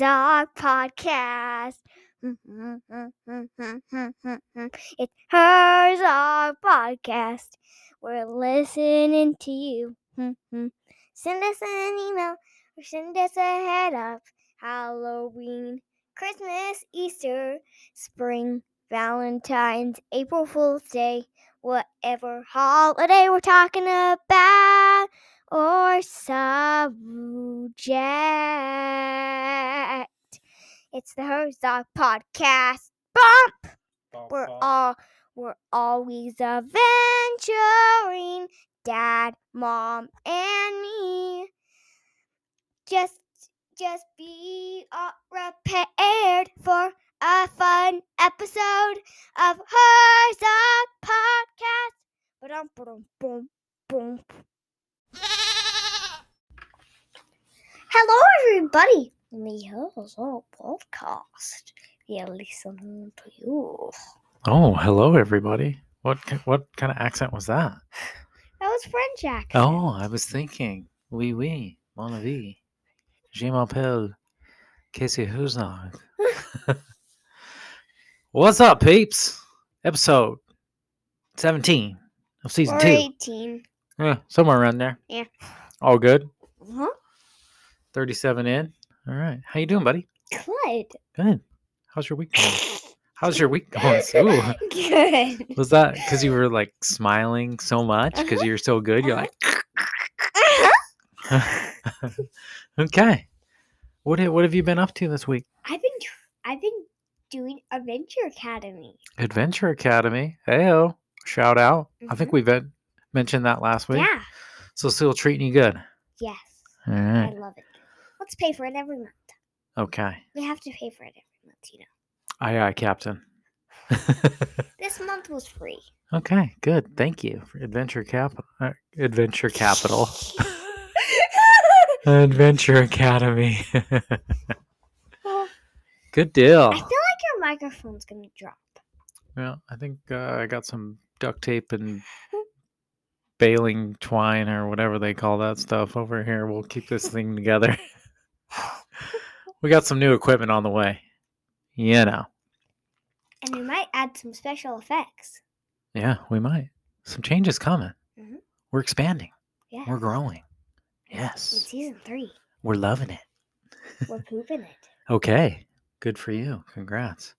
our podcast. It's hers, our podcast. We're listening to you. send us an email or send us a head up. Halloween, Christmas, Easter, spring, Valentine's, April Fool's Day, whatever holiday we're talking about or subject. It's the Herzog Podcast. Bump! We're all we're always adventuring, Dad, Mom, and me. Just just be all prepared for a fun episode of Herzog Podcast. Ba-dum, ba-dum, boom, boom. Hello, everybody. The Herzog Podcast. We are listening to you. Oh, hello everybody. What ki- what kind of accent was that? That was French accent. Oh, I was thinking. Oui, oui, mon avis. Je m'appelle Casey Huznard. What's up, peeps? Episode 17 of season or 2. 18. Yeah, somewhere around there. Yeah. All good. Huh? 37 in. All right. How you doing, buddy? Good. Good. How's your week going? How's your week going? Ooh. Good. Was that because you were like smiling so much Uh-huh. because you're so good? You're like, okay. What ha- what have you been up to this week? I've been tr- I've been doing Adventure Academy. Adventure Academy. Heyo. Shout out. I think we ven- mentioned that last week. Yeah. So still treating you good. Yes. All I right. love it. Let's pay for it every month. Okay. We have to pay for it every month, you know. Aye aye, Captain. This month was free. okay. Good. Thank you. for Adventure Capital. Uh, Adventure Capital. Oh. Adventure Academy. Oh, good deal. I feel like your microphone's gonna drop. Well, I think uh, I got some duct tape and baling twine or whatever they call that stuff over here. We'll keep this thing together. we got some new equipment on the way. You know. And we might add some special effects. Yeah, we might. Some changes coming. Mhm. We're expanding. Yeah. We're growing. in Yes. season three. We're loving it. We're pooping it. Okay. Good for you. Congrats.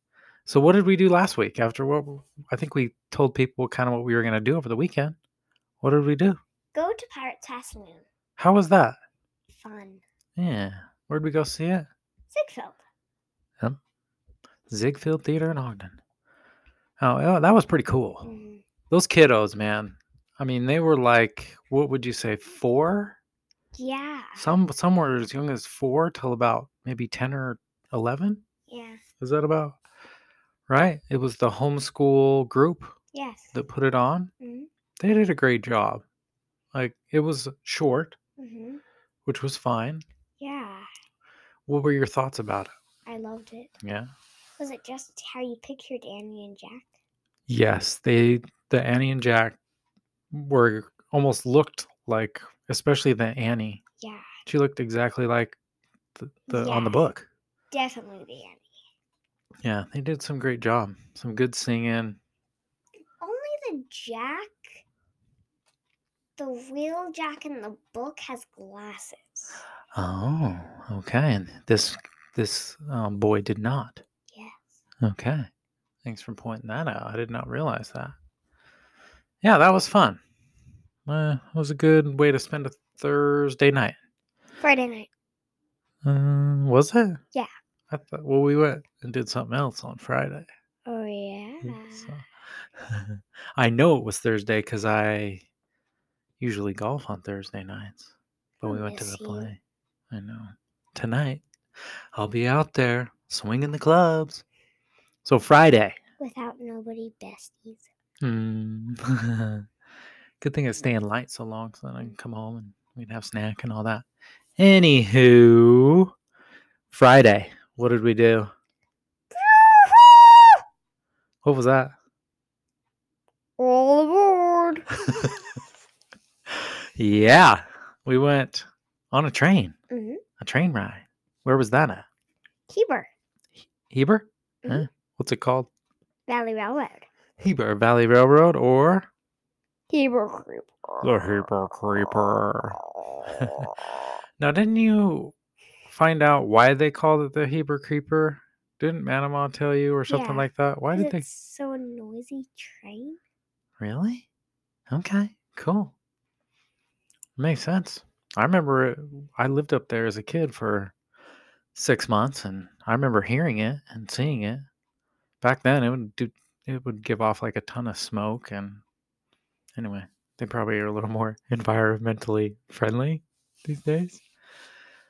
So what did we do last week after what I think we told people kind of what we were going to do over the weekend. What did we do? Go to Pirate's Saloon. How was that? Fun. Yeah. Where'd we go see it? Ziegfeld. Ziegfeld Theater in Ogden. Oh, oh, that was pretty cool. Mhm. Those kiddos, man. I mean, they were like, what would you say, four? Yeah. Some some were as young as four till about maybe ten or eleven. Yeah. Is that about right? It was the homeschool group Yes. that put it on. Mhm. They did a great job. Like it was short, Mhm. which was fine. Yeah. What were your thoughts about it? I loved it. Yeah. Was it just how you pictured Annie and Jack? Yes, they the Annie and Jack were almost looked like, especially the Annie. Yeah. She looked exactly like the, the on the Yes. book. Definitely the Annie. Yeah, they did some great job. Some good singing. Only the Jack, the real Jack in the book, has glasses. Oh, okay. And this this um, boy did not. Yes. Okay. Thanks for pointing that out. I did not realize that. Yeah, that was fun. Uh, it was a good way to spend a Thursday night. Friday night. Uh, was it? Yeah. I thought, well, we went and did something else on Friday. Oh, yeah. So. I know it was Thursday because I usually golf on Thursday nights, but I we went to the miss you. play. I know. Tonight, I'll be out there swinging the clubs. So Friday. Without nobody besties. Mm. Good thing it's staying light so long, so then I can come home and we'd have snack and all that. Anywho, Friday, what did we do? What was that? All aboard. yeah, we went on a train, Mhm. Mm-hmm. a train ride. Where was that at? Heber, Heber? Mhm. Huh? What's it called? Valley Railroad. Heber Valley Railroad or Heber Creeper. the Heber Creeper? Now, didn't you find out why they called it the Heber Creeper? Didn't Manama tell you or something Yeah. like that? Why Is did it they? so noisy train? Really? Okay, cool. Makes sense. I remember it, I lived up there as a kid for six months, and I remember hearing it and seeing it. Back then, it would do. It would give off like a ton of smoke, and anyway, they probably are a little more environmentally friendly these days.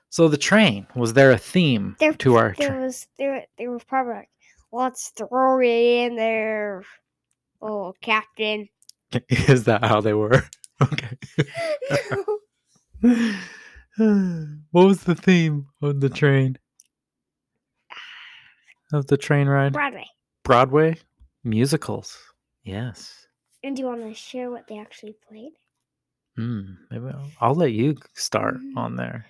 So the train was there a theme There- to our There train? was there there was probably like, let's throw it in there, oh captain. Is that how they were? Okay. what was the theme of the train? Of the train ride? Broadway. Broadway musicals. Yes. And do you want to share what they actually played? Mm, maybe I'll, I'll let you start on there.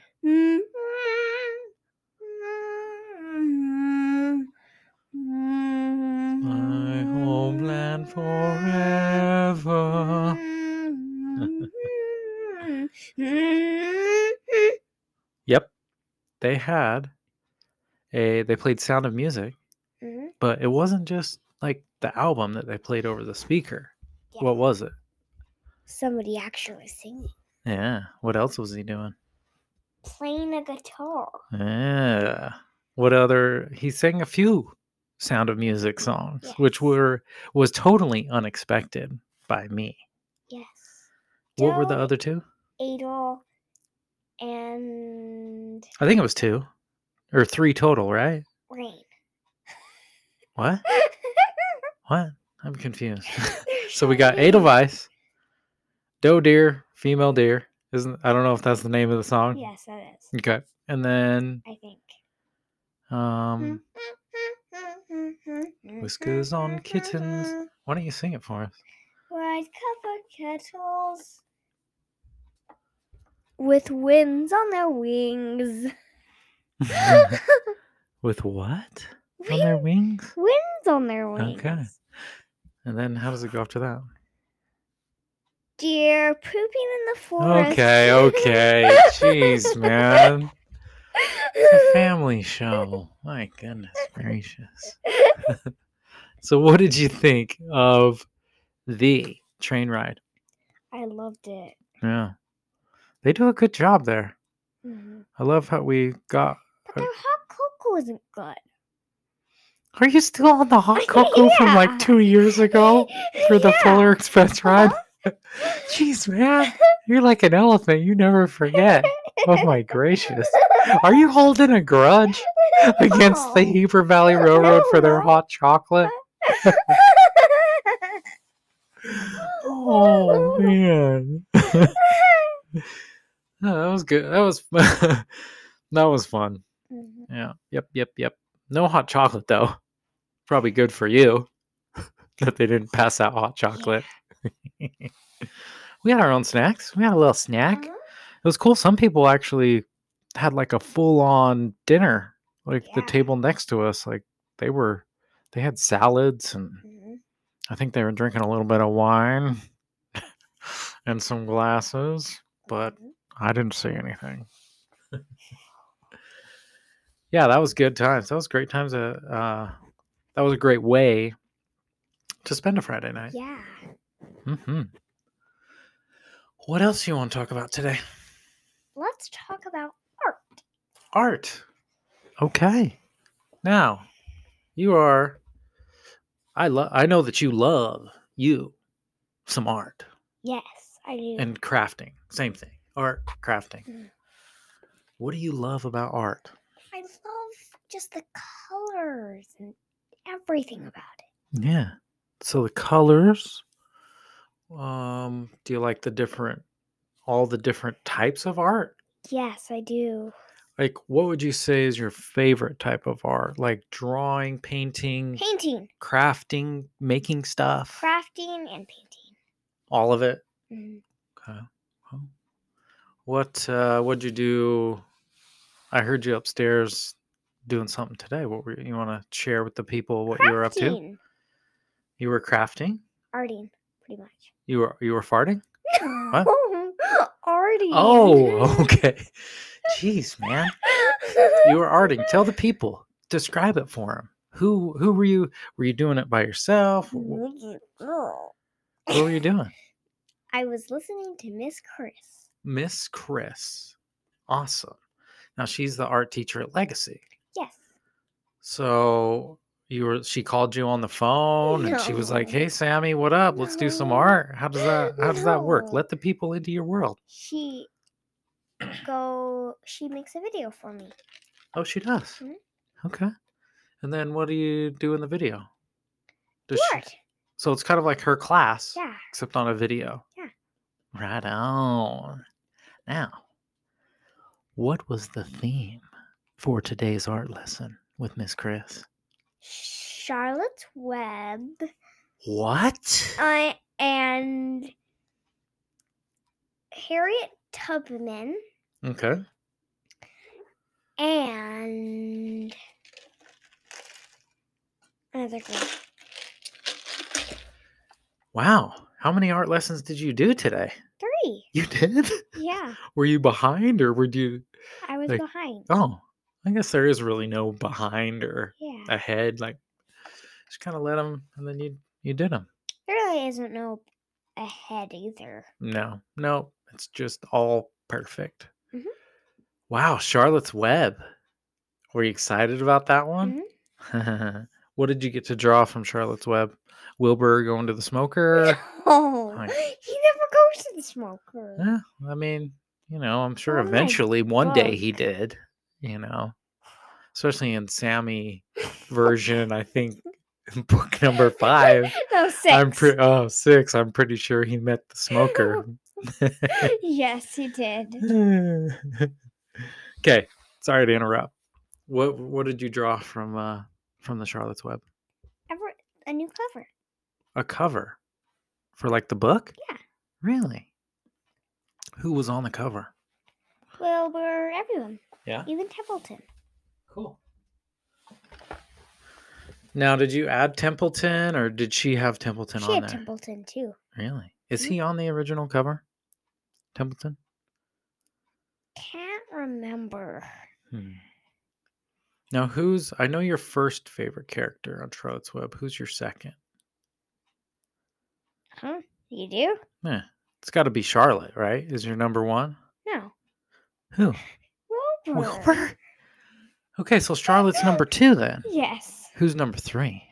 My homeland forever. Yep. They had a they played Sound of Music, Mhm. but it wasn't just like the album that they played over the speaker. Yeah. What was it? Somebody actually singing, Yeah. What else was he doing? playing a guitar. Yeah. What other? He sang a few Sound of Music songs, which Yes. were was totally unexpected by me. Yes. What were the Don't other two? Adol and I think it was two or three total, right? Rain. What? What? I'm confused. so we got Edelweiss, doe deer, female deer. Isn't I don't know if that's the name of the song. Yes, that is. Okay. And then I think. um Hmm? Whiskers on kittens. why don't you sing it for us? Wide cover kettles. With winds on their wings. With what? On their Wind, wings? winds on their wings. Okay. And then how does it go after that? Deer pooping in the forest. Okay, okay. Jeez, man. It's a family show. My goodness gracious. so, what did you think of the train ride? I loved it. Yeah. They do a good job there. Mhm. I love how we got. But their hot cocoa isn't good. Are you still on the hot cocoa from Yeah. like two years ago for the Yeah. Fuller Express ride? Uh-huh. Jeez, man. You're like an elephant. You never forget. Oh, my gracious. Are you holding a grudge? against the No. Heber Valley Railroad for their Oh. No. hot chocolate. Oh man, No, that was good. That was that was fun. Mhm. Yeah. Yep. Yep. Yep. No hot chocolate though. Probably good for you that they didn't pass out hot chocolate. we had our own snacks. We had a little snack. Mhm. It was cool. Some people actually had like a full on dinner, like the Yeah. table next to us. Like they were, they had salads and Mhm. I think they were drinking a little bit of wine and some glasses, but Mhm. I didn't see anything. yeah, that was good times. That was great times. Uh, uh, that was a great way to spend a Friday night. yeah, hmm What else you want to talk about today? let's talk about art. Okay. Now, you are I love I know that you love you some art yes, I do. and crafting. Same thing. Art, crafting. Mm. What do you love about art? I love just the colors and everything about it. Yeah. So the colors um do you like the different all the different types of art? Yes, I do. Like what would you say is your favorite type of art? Like drawing, painting, Painting, crafting, making stuff, crafting, and painting. all of it? Mhm. Okay. Well, what uh, what'd you do? I heard you upstairs doing something today. What were you want to share with the people what you were up to? Crafting. You were crafting. Arting, pretty much. You were you were farting. What? Arting. Oh, okay. Jeez, man, you were arting. Tell the people. Describe it for them. Who who were you? Were you doing it by yourself? Wh- What were you doing, I was listening to Miss Chris. Miss Chris? Awesome. Now she's the art teacher at Legacy. Yes. So you were she called you on the phone and she was like, No. "Hey Sammy, what up? Let's do some No. art." How does that how does that work? No. Let the people into your world. She go she makes a video for me. Oh, she does. Mhm. Okay. And then what do you do in the video? Does she, Art. so it's kind of like her class Yeah. except on a video. Yeah. Right on. Now, what was the theme for today's art lesson with Miss Chris? Charlotte's Web. What? I uh, and Harriet Tubman Okay. and another girl. Wow. How many art lessons did you do today? Three. You did? Yeah. Were you behind or were you I was Like- behind. Oh, I guess there is really no behind or Yeah. ahead. Like just kind of let them and then you you did them. There really isn't no ahead either. No. No, it's just all perfect. Mhm. Wow, Charlotte's Web. Were you excited about that Mm-hmm. one? what did you get to draw from Charlotte's Web? Wilbur going to the smoker? Oh, Hi. he never goes to the smoker. Eh, I mean, you know, I'm sure Oh my eventually one day God. he did, you know, especially in Sammy version, I think book number five. no, 6 I'm pre- oh, six. I'm pretty sure he met the smoker. yes, he did. okay. Sorry to interrupt. What what did you draw from uh from the Charlotte's Web? Ever a new cover. A cover for like the book? Yeah. Really? Who was on the cover? Wilbur, everyone. Yeah? Even Templeton. Cool. Now, did you add Templeton or did she have Templeton she on had there? Templeton too. really? Is Mhm. he on the original cover? Templeton? Can't remember. Hmm. Now, who's, I know your first favorite character on Charlotte's Web. Who's your second? Huh? You do? It's got to be Charlotte, right? Is your number one? No. Who? Wilbur. Wilbur? Okay, so Charlotte's number two then. Yes. Who's number three?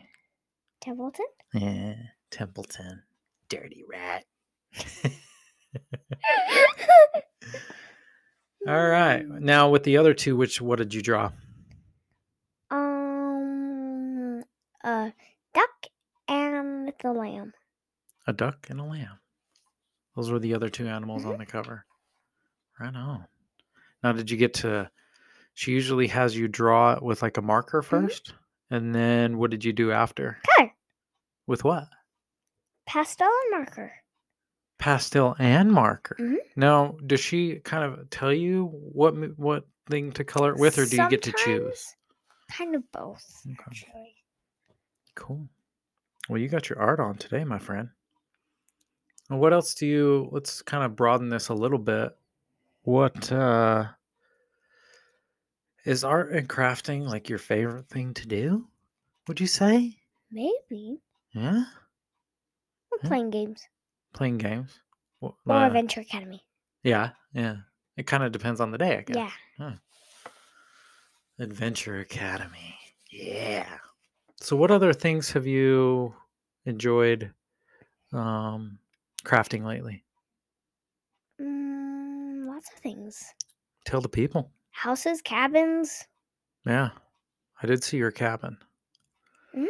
Templeton? Yeah, Templeton. Dirty rat. All right. Hmm. Now with the other two, which what did you draw? Um, a duck and the lamb. A duck and a lamb. Those were the other two animals Mhm. on the cover. Right on. Now did you get to she usually has you draw it with like a marker 1st And then what did you do after? Color. With what? Pastel and marker. Pastel and marker. Mhm. Now, does she kind of tell you what m- what thing to color it with or do you get to choose? Sometimes, Kind of both, Okay. actually. Cool. Well, you got your art on today, my friend. And what else do you? Let's kind of broaden this a little bit. What uh is art and crafting like your favorite thing to do? Would you say? Maybe. Yeah, We're Yeah. playing games. playing games. Wh- Or uh, Adventure Academy. yeah, yeah. It kind of depends on the day, I guess. Yeah. Adventure Academy. Yeah. So, what other things have you enjoyed um, crafting lately? Mm, lots of things. Tell the people. Houses, cabins. Yeah, I did see your cabin. Mhm.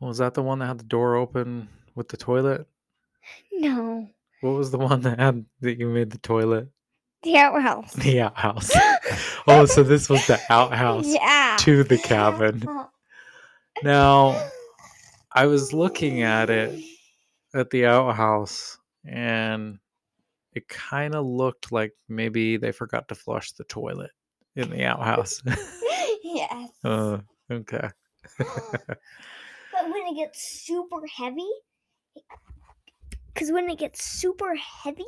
Was that the one that had the door open with the toilet? No. What was the one that had that you made the toilet? The outhouse. The outhouse. oh, so this was the outhouse yeah. to the cabin. Now, I was looking at it at the outhouse and it kind of looked like maybe they forgot to flush the toilet in the outhouse. yes. Uh, okay. But when it gets super heavy, because when it gets super heavy,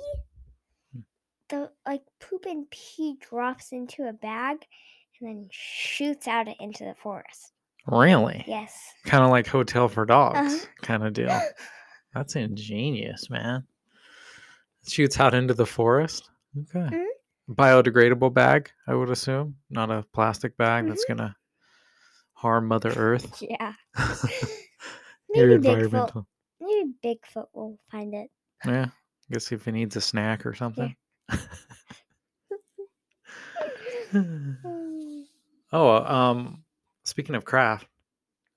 Hmm. the like poop and pee drops into a bag and then shoots out it into the forest. Really? Yes. Kind of like Hotel for Dogs Uh-huh. kind of deal. That's ingenious, man. It shoots out into the forest. Okay. Mhm. Biodegradable bag, I would assume. Not a plastic bag that's going to harm Mother Earth. yeah. Your Maybe Bigfoot. Maybe Bigfoot will find it. Yeah. Guess if he needs a snack or something. Hmm. oh, um, speaking of craft,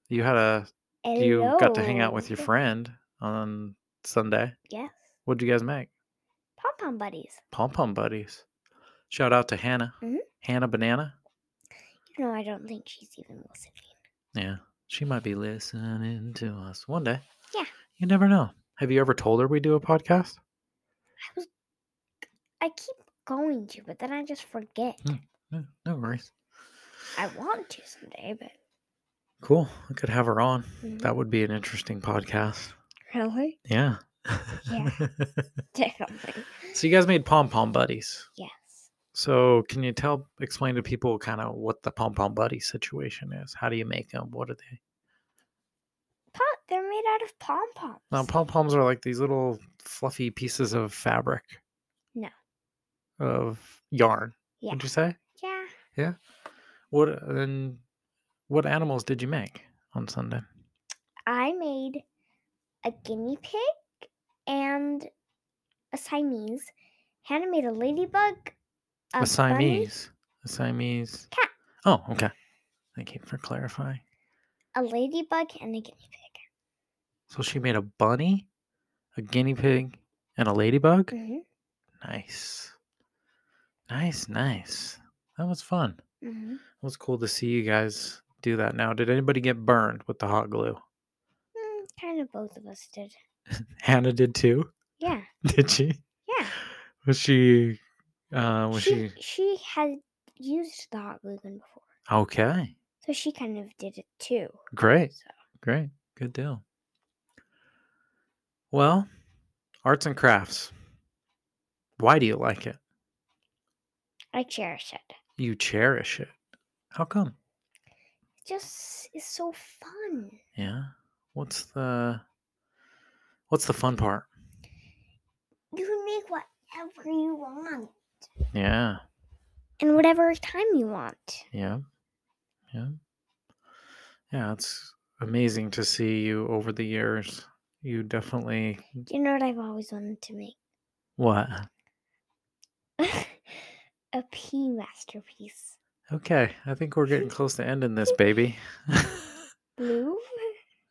you had a you got to hang out with your Hello. friend on Sunday. Yes. What'd you guys make? Pom pom buddies. Pom pom buddies. Shout out to Hannah. Mhm. Hannah Banana. You know, I don't think she's even listening. Yeah. She might be listening to us one day. Yeah. You never know. Have you ever told her we do a podcast? I keep going to, but then I just forget. Mm. No, no worries. I want to someday, but Cool. I could have her on. Mhm. That would be an interesting podcast. really, Yeah. Yeah. definitely so you guys made pom pom buddies. yes. So can you tell explain to people kind of what the pom pom buddy situation is? How do you make them? What are they? Pop, they're made out of pom poms. Now pom poms are like these little fluffy pieces of fabric. No. Of yarn. yeah, Would you say? yeah. What and what animals did you make on Sunday? I made a guinea pig and a Siamese. Hannah made a ladybug, A, bunny, Siamese. A Siamese Cat. Oh, okay. Thank you for clarifying. a ladybug, and a guinea pig. So she made a bunny, a guinea pig, and a ladybug. Mm-hmm. Nice. Nice, nice. That was fun. Mm-hmm. It was cool to see you guys do that. Now, did anybody get burned with the hot glue? Mm, kind of both of us did. Hannah did too. Yeah, Did she? yeah. Was she? Uh, was she? she she had used the hot glue gun before, Okay. so she kind of did it too. Great. So Great. Good deal. Well, arts and crafts. Why do you like it? I cherish it. You cherish it. How come? It just is so fun. Yeah. What's the What's the fun part? You can make whatever you want Yeah. and whatever time you want. Yeah. Yeah. Yeah, it's amazing to see you over the years. You definitely Do you know what I've always wanted to make? what? a pea masterpiece. Okay, I think we're getting close to ending this baby. Louvre?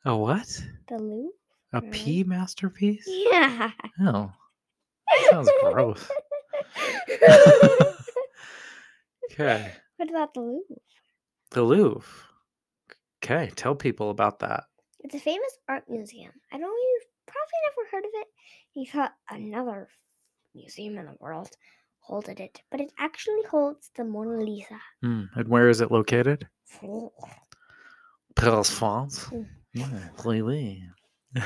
a what? The Louvre? A Alright. pea masterpiece? Yeah. Oh, sounds gross. Okay. what about the Louvre? The Louvre. Okay, tell people about that. It's a famous art museum. I don't you've probably never heard of it. You thought another museum in the world holded it, but it actually holds the Mona Lisa. Hmm, And where is it located? Paris, France. Mm. Yeah, really. Do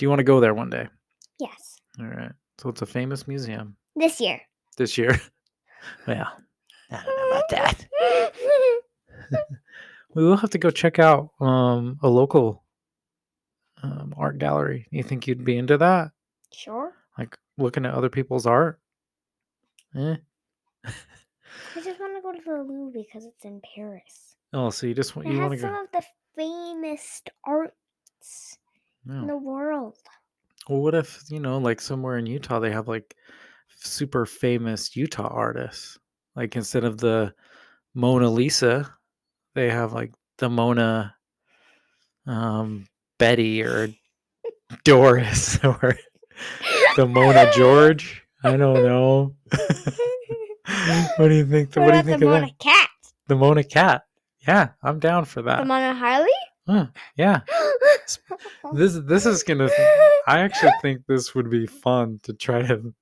you want to go there one day? Yes. All right. So it's a famous museum This year. this year. yeah. I don't know about that. We will have to go check out um, a local um, art gallery. You think you'd be into that? sure. Like looking at other people's art? Eh. I just want to go to the Louvre because it's in Paris. Oh, so you just want It you want to has some go? of the famous arts No. in the world. Well, what if you know, like somewhere in Utah, they have like super famous Utah artists. Like instead of the Mona Lisa, they have like the Mona um, Betty or Doris or the Mona George. I don't know. what do you think? what what do you about think the of Mona that? Cat? The Mona Cat. Yeah, I'm down for The that. Mona Harley? yeah, Uh, Oh. this this is gonna I actually think this would be fun to try to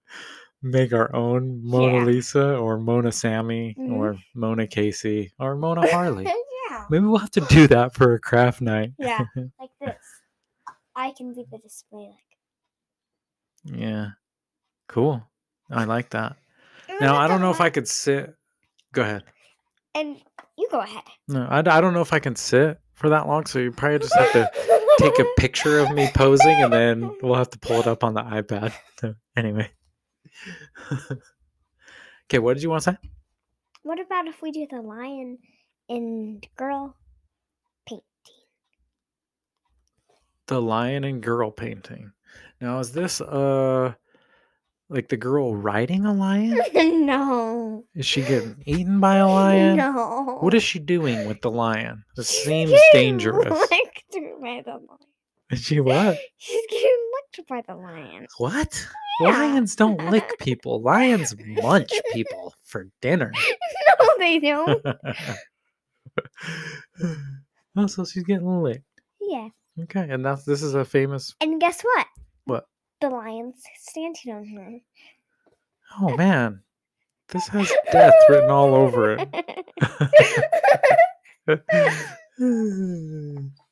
make our own Mona Yeah. Lisa or Mona Sammy Mhm. or Mona Casey or Mona Harley. Maybe we'll have to do that for a craft night. Yeah, like this. I can be the display like. Yeah. Cool. I like that. Now, I don't know if I could sit. Go ahead. And you go ahead. No, I, I don't know if I can sit for that long. So you probably just have to take a picture of me posing and then we'll have to pull it up on the iPad. So, anyway. okay. What did you want to say? What about if we do the lion and girl painting? The lion and girl painting. Now, is this uh like the girl riding a lion? no. Is she getting eaten by a lion? No. What is she doing with the lion? It She's seems getting dangerous. licked by the lion. Is she what? She's getting licked by the lion. What? Yeah. Lions don't lick people. Lions munch people for dinner. no, they don't. oh, so she's getting licked. yeah. Okay, and that's this is a famous. And guess what? What? The lion's standing on her. Oh man, this has death written all over it.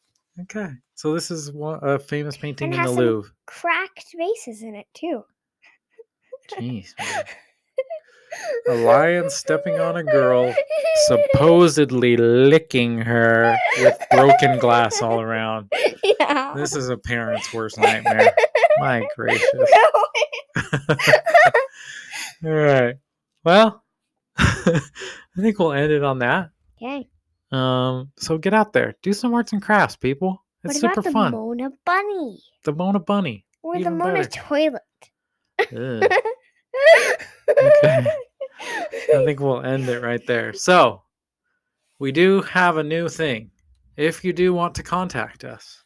okay, so this is one, a famous painting And in the has some- Louvre. Cracked vases in it too. Jeez, man. a lion stepping on a girl, supposedly licking her with broken glass all around. yeah. This is a parent's worst nightmare. My gracious. All right. Well, I think we'll end it on that. okay. Um, so get out there, do some arts and crafts, people. It's What super about the fun. Mona Bunny the Mona Bunny. or the Even Mona better. toilet? Ugh. Okay. I think we'll end it right there. So, we do have a new thing. If you do want to contact us,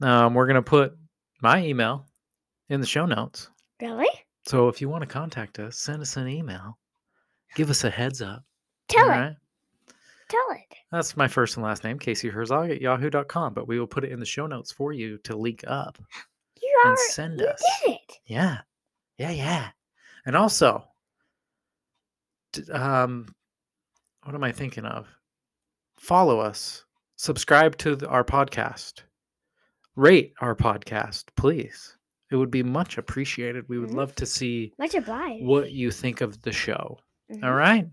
um, we're going to put my email in the show notes. really? So, if you want to contact us, send us an email, give us a heads up. Tell it. alright? Tell it. That's my first and last name, Casey Herzog at yahoo.com. But we will put it in the show notes for you to link up You are. and send you us. did it. Yeah. Yeah, yeah. And also d- um what am I thinking of? Follow us. Subscribe to th- our podcast. Rate our podcast, please. It would be much appreciated. We would Mhm. love to see Much obliged. what you think of the show. Mhm. All right.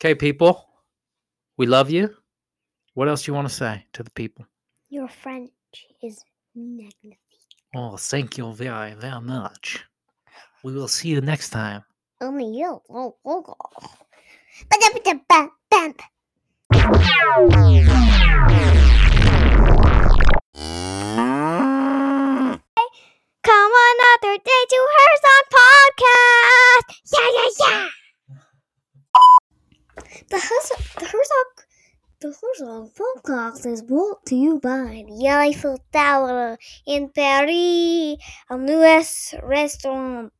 Okay, people. We love you. What else you want to say to the people? Your French is magnificent. Oh, thank you very, very much. We will see you next time. Only you. Oh, oh, oh. Ba-da-ba-da-ba-bam. Come another day to Herzog Podcast. Yeah, yeah, yeah. The Herzog, the Herzog, the Herzog Podcast is brought to you by the Eiffel Tower in Paris, a newest restaurant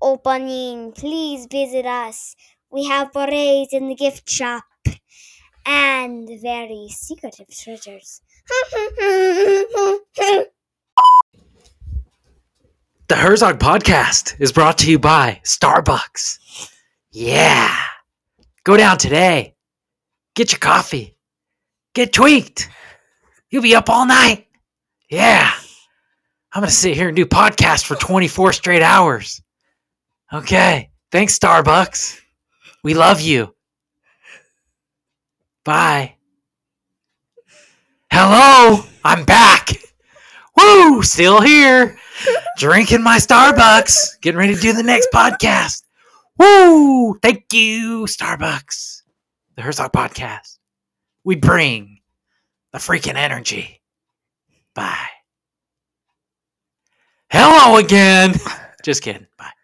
opening. Please visit us. We have parades in the gift shop and very secretive treasures. The Herzog Podcast is brought to you by Starbucks. Yeah. Go down today. Get your coffee. Get tweaked. You'll be up all night. Yeah. I'm going to sit here and do podcast for 24 straight hours. Okay. Thanks, Starbucks. We love you. Bye. Hello. I'm back. Woo. Still here drinking my Starbucks, getting ready to do the next podcast. Woo! Thank you, Starbucks. The Herzog Podcast. We bring the freaking energy. Bye. Hello again. Just kidding. Bye.